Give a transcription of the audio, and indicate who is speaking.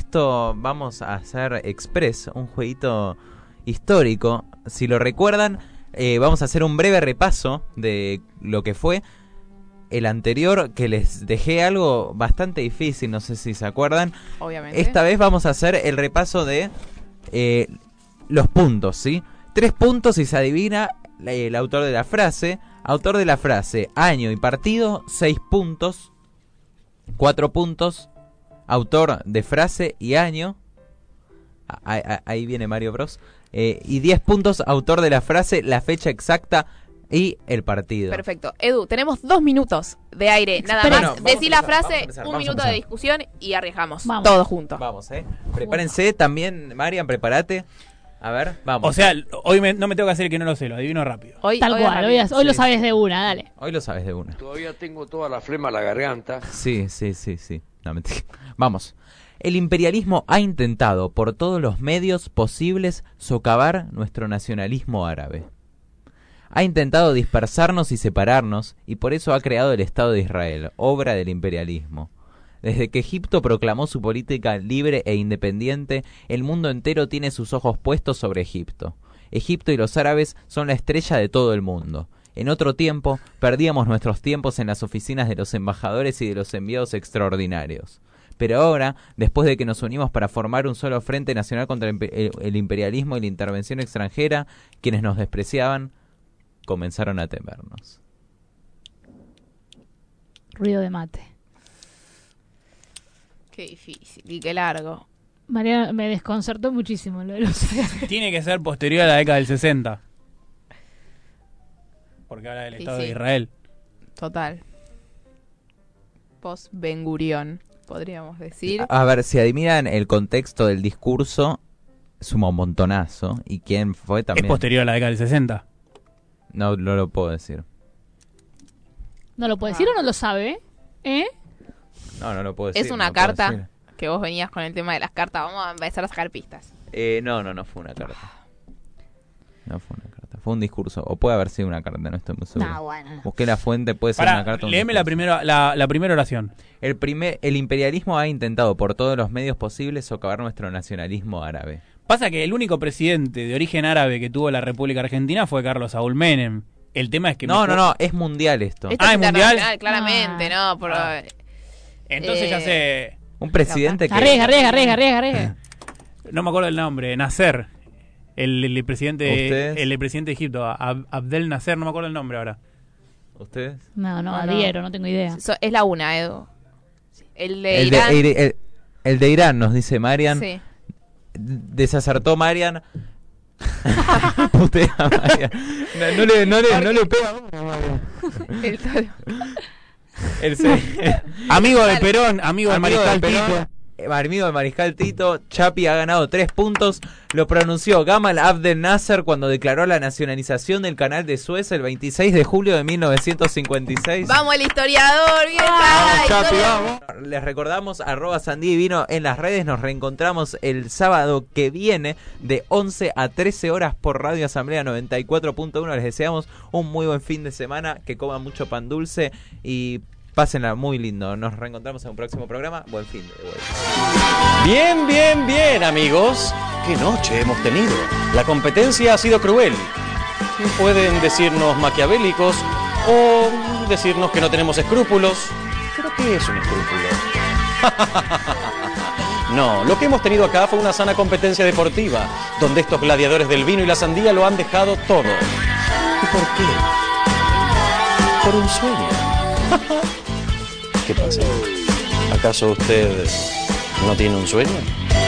Speaker 1: Esto vamos a hacer express, un jueguito histórico. Si lo recuerdan, eh, vamos a hacer un breve repaso de lo que fue el anterior, que les dejé algo bastante difícil, no sé si se acuerdan.
Speaker 2: Obviamente.
Speaker 1: Esta vez vamos a hacer el repaso de eh, los puntos, ¿sí? Tres puntos si se adivina la- el autor de la frase. Autor de la frase, año y partido, seis puntos. Cuatro puntos. Autor de frase y año. Ah, ah, ah, Ahí viene Mario Bros. Eh, y 10 puntos, autor de la frase, la fecha exacta y el partido.
Speaker 2: Perfecto. Edu, tenemos dos minutos de aire. Nada
Speaker 1: Bueno,
Speaker 2: más.
Speaker 1: vamos a
Speaker 2: Decí la
Speaker 1: empezar,
Speaker 2: frase,
Speaker 1: vamos a empezar,
Speaker 2: un
Speaker 1: vamos a
Speaker 2: minuto de
Speaker 1: empezar.
Speaker 2: discusión y arriesgamos.
Speaker 3: Vamos.
Speaker 2: Todos juntos.
Speaker 1: Vamos, eh. Prepárense también, Marian, prepárate. A ver, vamos.
Speaker 4: O sea, hoy me- no me tengo que hacer el que no lo sé, lo adivino rápido.
Speaker 2: Hoy,
Speaker 3: Tal
Speaker 2: hoy
Speaker 3: cual,
Speaker 2: arranca.
Speaker 3: hoy, hoy lo
Speaker 1: Sí.
Speaker 3: sabes de una, dale.
Speaker 1: Hoy lo sabes de una.
Speaker 5: Todavía tengo toda la flema en la garganta.
Speaker 1: Sí, sí, sí, sí. No, mentira. Vamos. El imperialismo ha intentado por todos los medios posibles socavar nuestro nacionalismo árabe. Ha intentado dispersarnos y separarnos, y por eso ha creado el Estado de Israel, obra del imperialismo. Desde que Egipto proclamó su política libre e independiente, el mundo entero tiene sus ojos puestos sobre Egipto. Egipto y los árabes son la estrella de todo el mundo. En otro tiempo, perdíamos nuestros tiempos en las oficinas de los embajadores y de los enviados extraordinarios. Pero ahora, después de que nos unimos para formar un solo frente nacional contra el impe- el- el imperialismo y la intervención extranjera, quienes nos despreciaban comenzaron a temernos.
Speaker 3: Ruido de mate.
Speaker 2: Qué difícil y qué largo.
Speaker 3: Mariana, me desconcertó muchísimo lo de los
Speaker 4: Tiene que ser posterior a la década del 60. Porque habla del
Speaker 2: Y
Speaker 4: Estado
Speaker 2: sí.
Speaker 4: de Israel.
Speaker 2: Total. Post Ben Gurión, podríamos decir.
Speaker 1: A ver, si adivinan el contexto del discurso, suma un montonazo. ¿Y quién fue
Speaker 4: Es
Speaker 1: también?
Speaker 4: posterior a la década del 60.
Speaker 1: No, no lo puedo decir.
Speaker 3: ¿No lo puede decir o no lo sabe? ¿Eh?
Speaker 1: No, no lo puedo
Speaker 2: Es
Speaker 1: decir.
Speaker 2: una
Speaker 1: no puedo
Speaker 2: carta.
Speaker 1: decir.
Speaker 2: Que vos venías con el tema de las cartas. Vamos a empezar a sacar pistas.
Speaker 1: Eh, no, no, no fue una
Speaker 2: Ah.
Speaker 1: carta. No fue una carta. Fue un discurso. O puede haber sido una carta, no estoy muy seguro.
Speaker 3: No, bueno.
Speaker 1: Busqué la fuente, puede ser una
Speaker 4: Pará,
Speaker 1: carta. o un
Speaker 4: léeme la
Speaker 1: discurso.
Speaker 4: primera, la, la primera oración.
Speaker 1: El, primer, el imperialismo ha intentado por todos los medios posibles socavar nuestro nacionalismo árabe.
Speaker 4: Pasa que el único presidente de origen árabe que tuvo la República Argentina fue Carlos Saúl Menem. El tema es que...
Speaker 1: No,
Speaker 4: me-
Speaker 1: no, no, es mundial esto.
Speaker 2: Esto
Speaker 4: Ah,
Speaker 2: es
Speaker 4: ¿es mundial?
Speaker 2: internacional, Claramente, ¿no? Por-
Speaker 4: Ah. Entonces
Speaker 2: Eh.
Speaker 4: ya sé...
Speaker 1: Un presidente
Speaker 3: Arriesga,
Speaker 1: que...
Speaker 3: arriesga, arriesga, arriesga, arriesga.
Speaker 4: No me acuerdo el nombre. Nasser. El, el presidente
Speaker 1: ¿Ustedes?
Speaker 4: el, presidente de Egipto. Ab- Abdel Nasser. No me acuerdo el nombre ahora.
Speaker 1: ¿Ustedes?
Speaker 3: No, no,
Speaker 2: No, no.
Speaker 3: adhiero, no tengo idea.
Speaker 2: so- es la una, Edu. El de
Speaker 1: El
Speaker 2: Irán.
Speaker 1: de, el- el- el de Irán, nos dice Marian.
Speaker 2: Sí.
Speaker 1: Desacertó Marian. Putea a Marian. No, no le, no le, no le pega.
Speaker 2: El toro.
Speaker 1: El se-
Speaker 4: Amigo de Perón. Amigo, de
Speaker 1: Amigo
Speaker 4: Mariscal
Speaker 1: del Perón, eh, Amigo del Mariscal Tito, Chapi ha ganado tres puntos. Lo pronunció Gamal Abdel Nasser cuando declaró la nacionalización del canal de Suez el 26 de julio de 1956.
Speaker 2: Vamos el historiador, bien Jai, todo.
Speaker 1: Les recordamos arroba Sandí Divino en las redes. Nos reencontramos el sábado que viene de 11 a 13 horas por Radio Asamblea 94.1. Les deseamos un muy buen fin de semana, que coman mucho pan dulce y pásenla muy lindo. Nos reencontramos en un próximo programa. Buen fin de buen-
Speaker 6: Bien, bien, bien, amigos. Qué noche hemos tenido. La competencia ha sido cruel. Pueden decirnos maquiavélicos o decirnos que no tenemos escrúpulos. ¿Pero qué es un escrúpulo? No, lo que hemos tenido acá fue una sana competencia deportiva, donde estos gladiadores del vino y la sandía lo han dejado todo. ¿Y por qué? Por un sueño. ¿Qué pasa? ¿Acaso usted no tiene un sueño?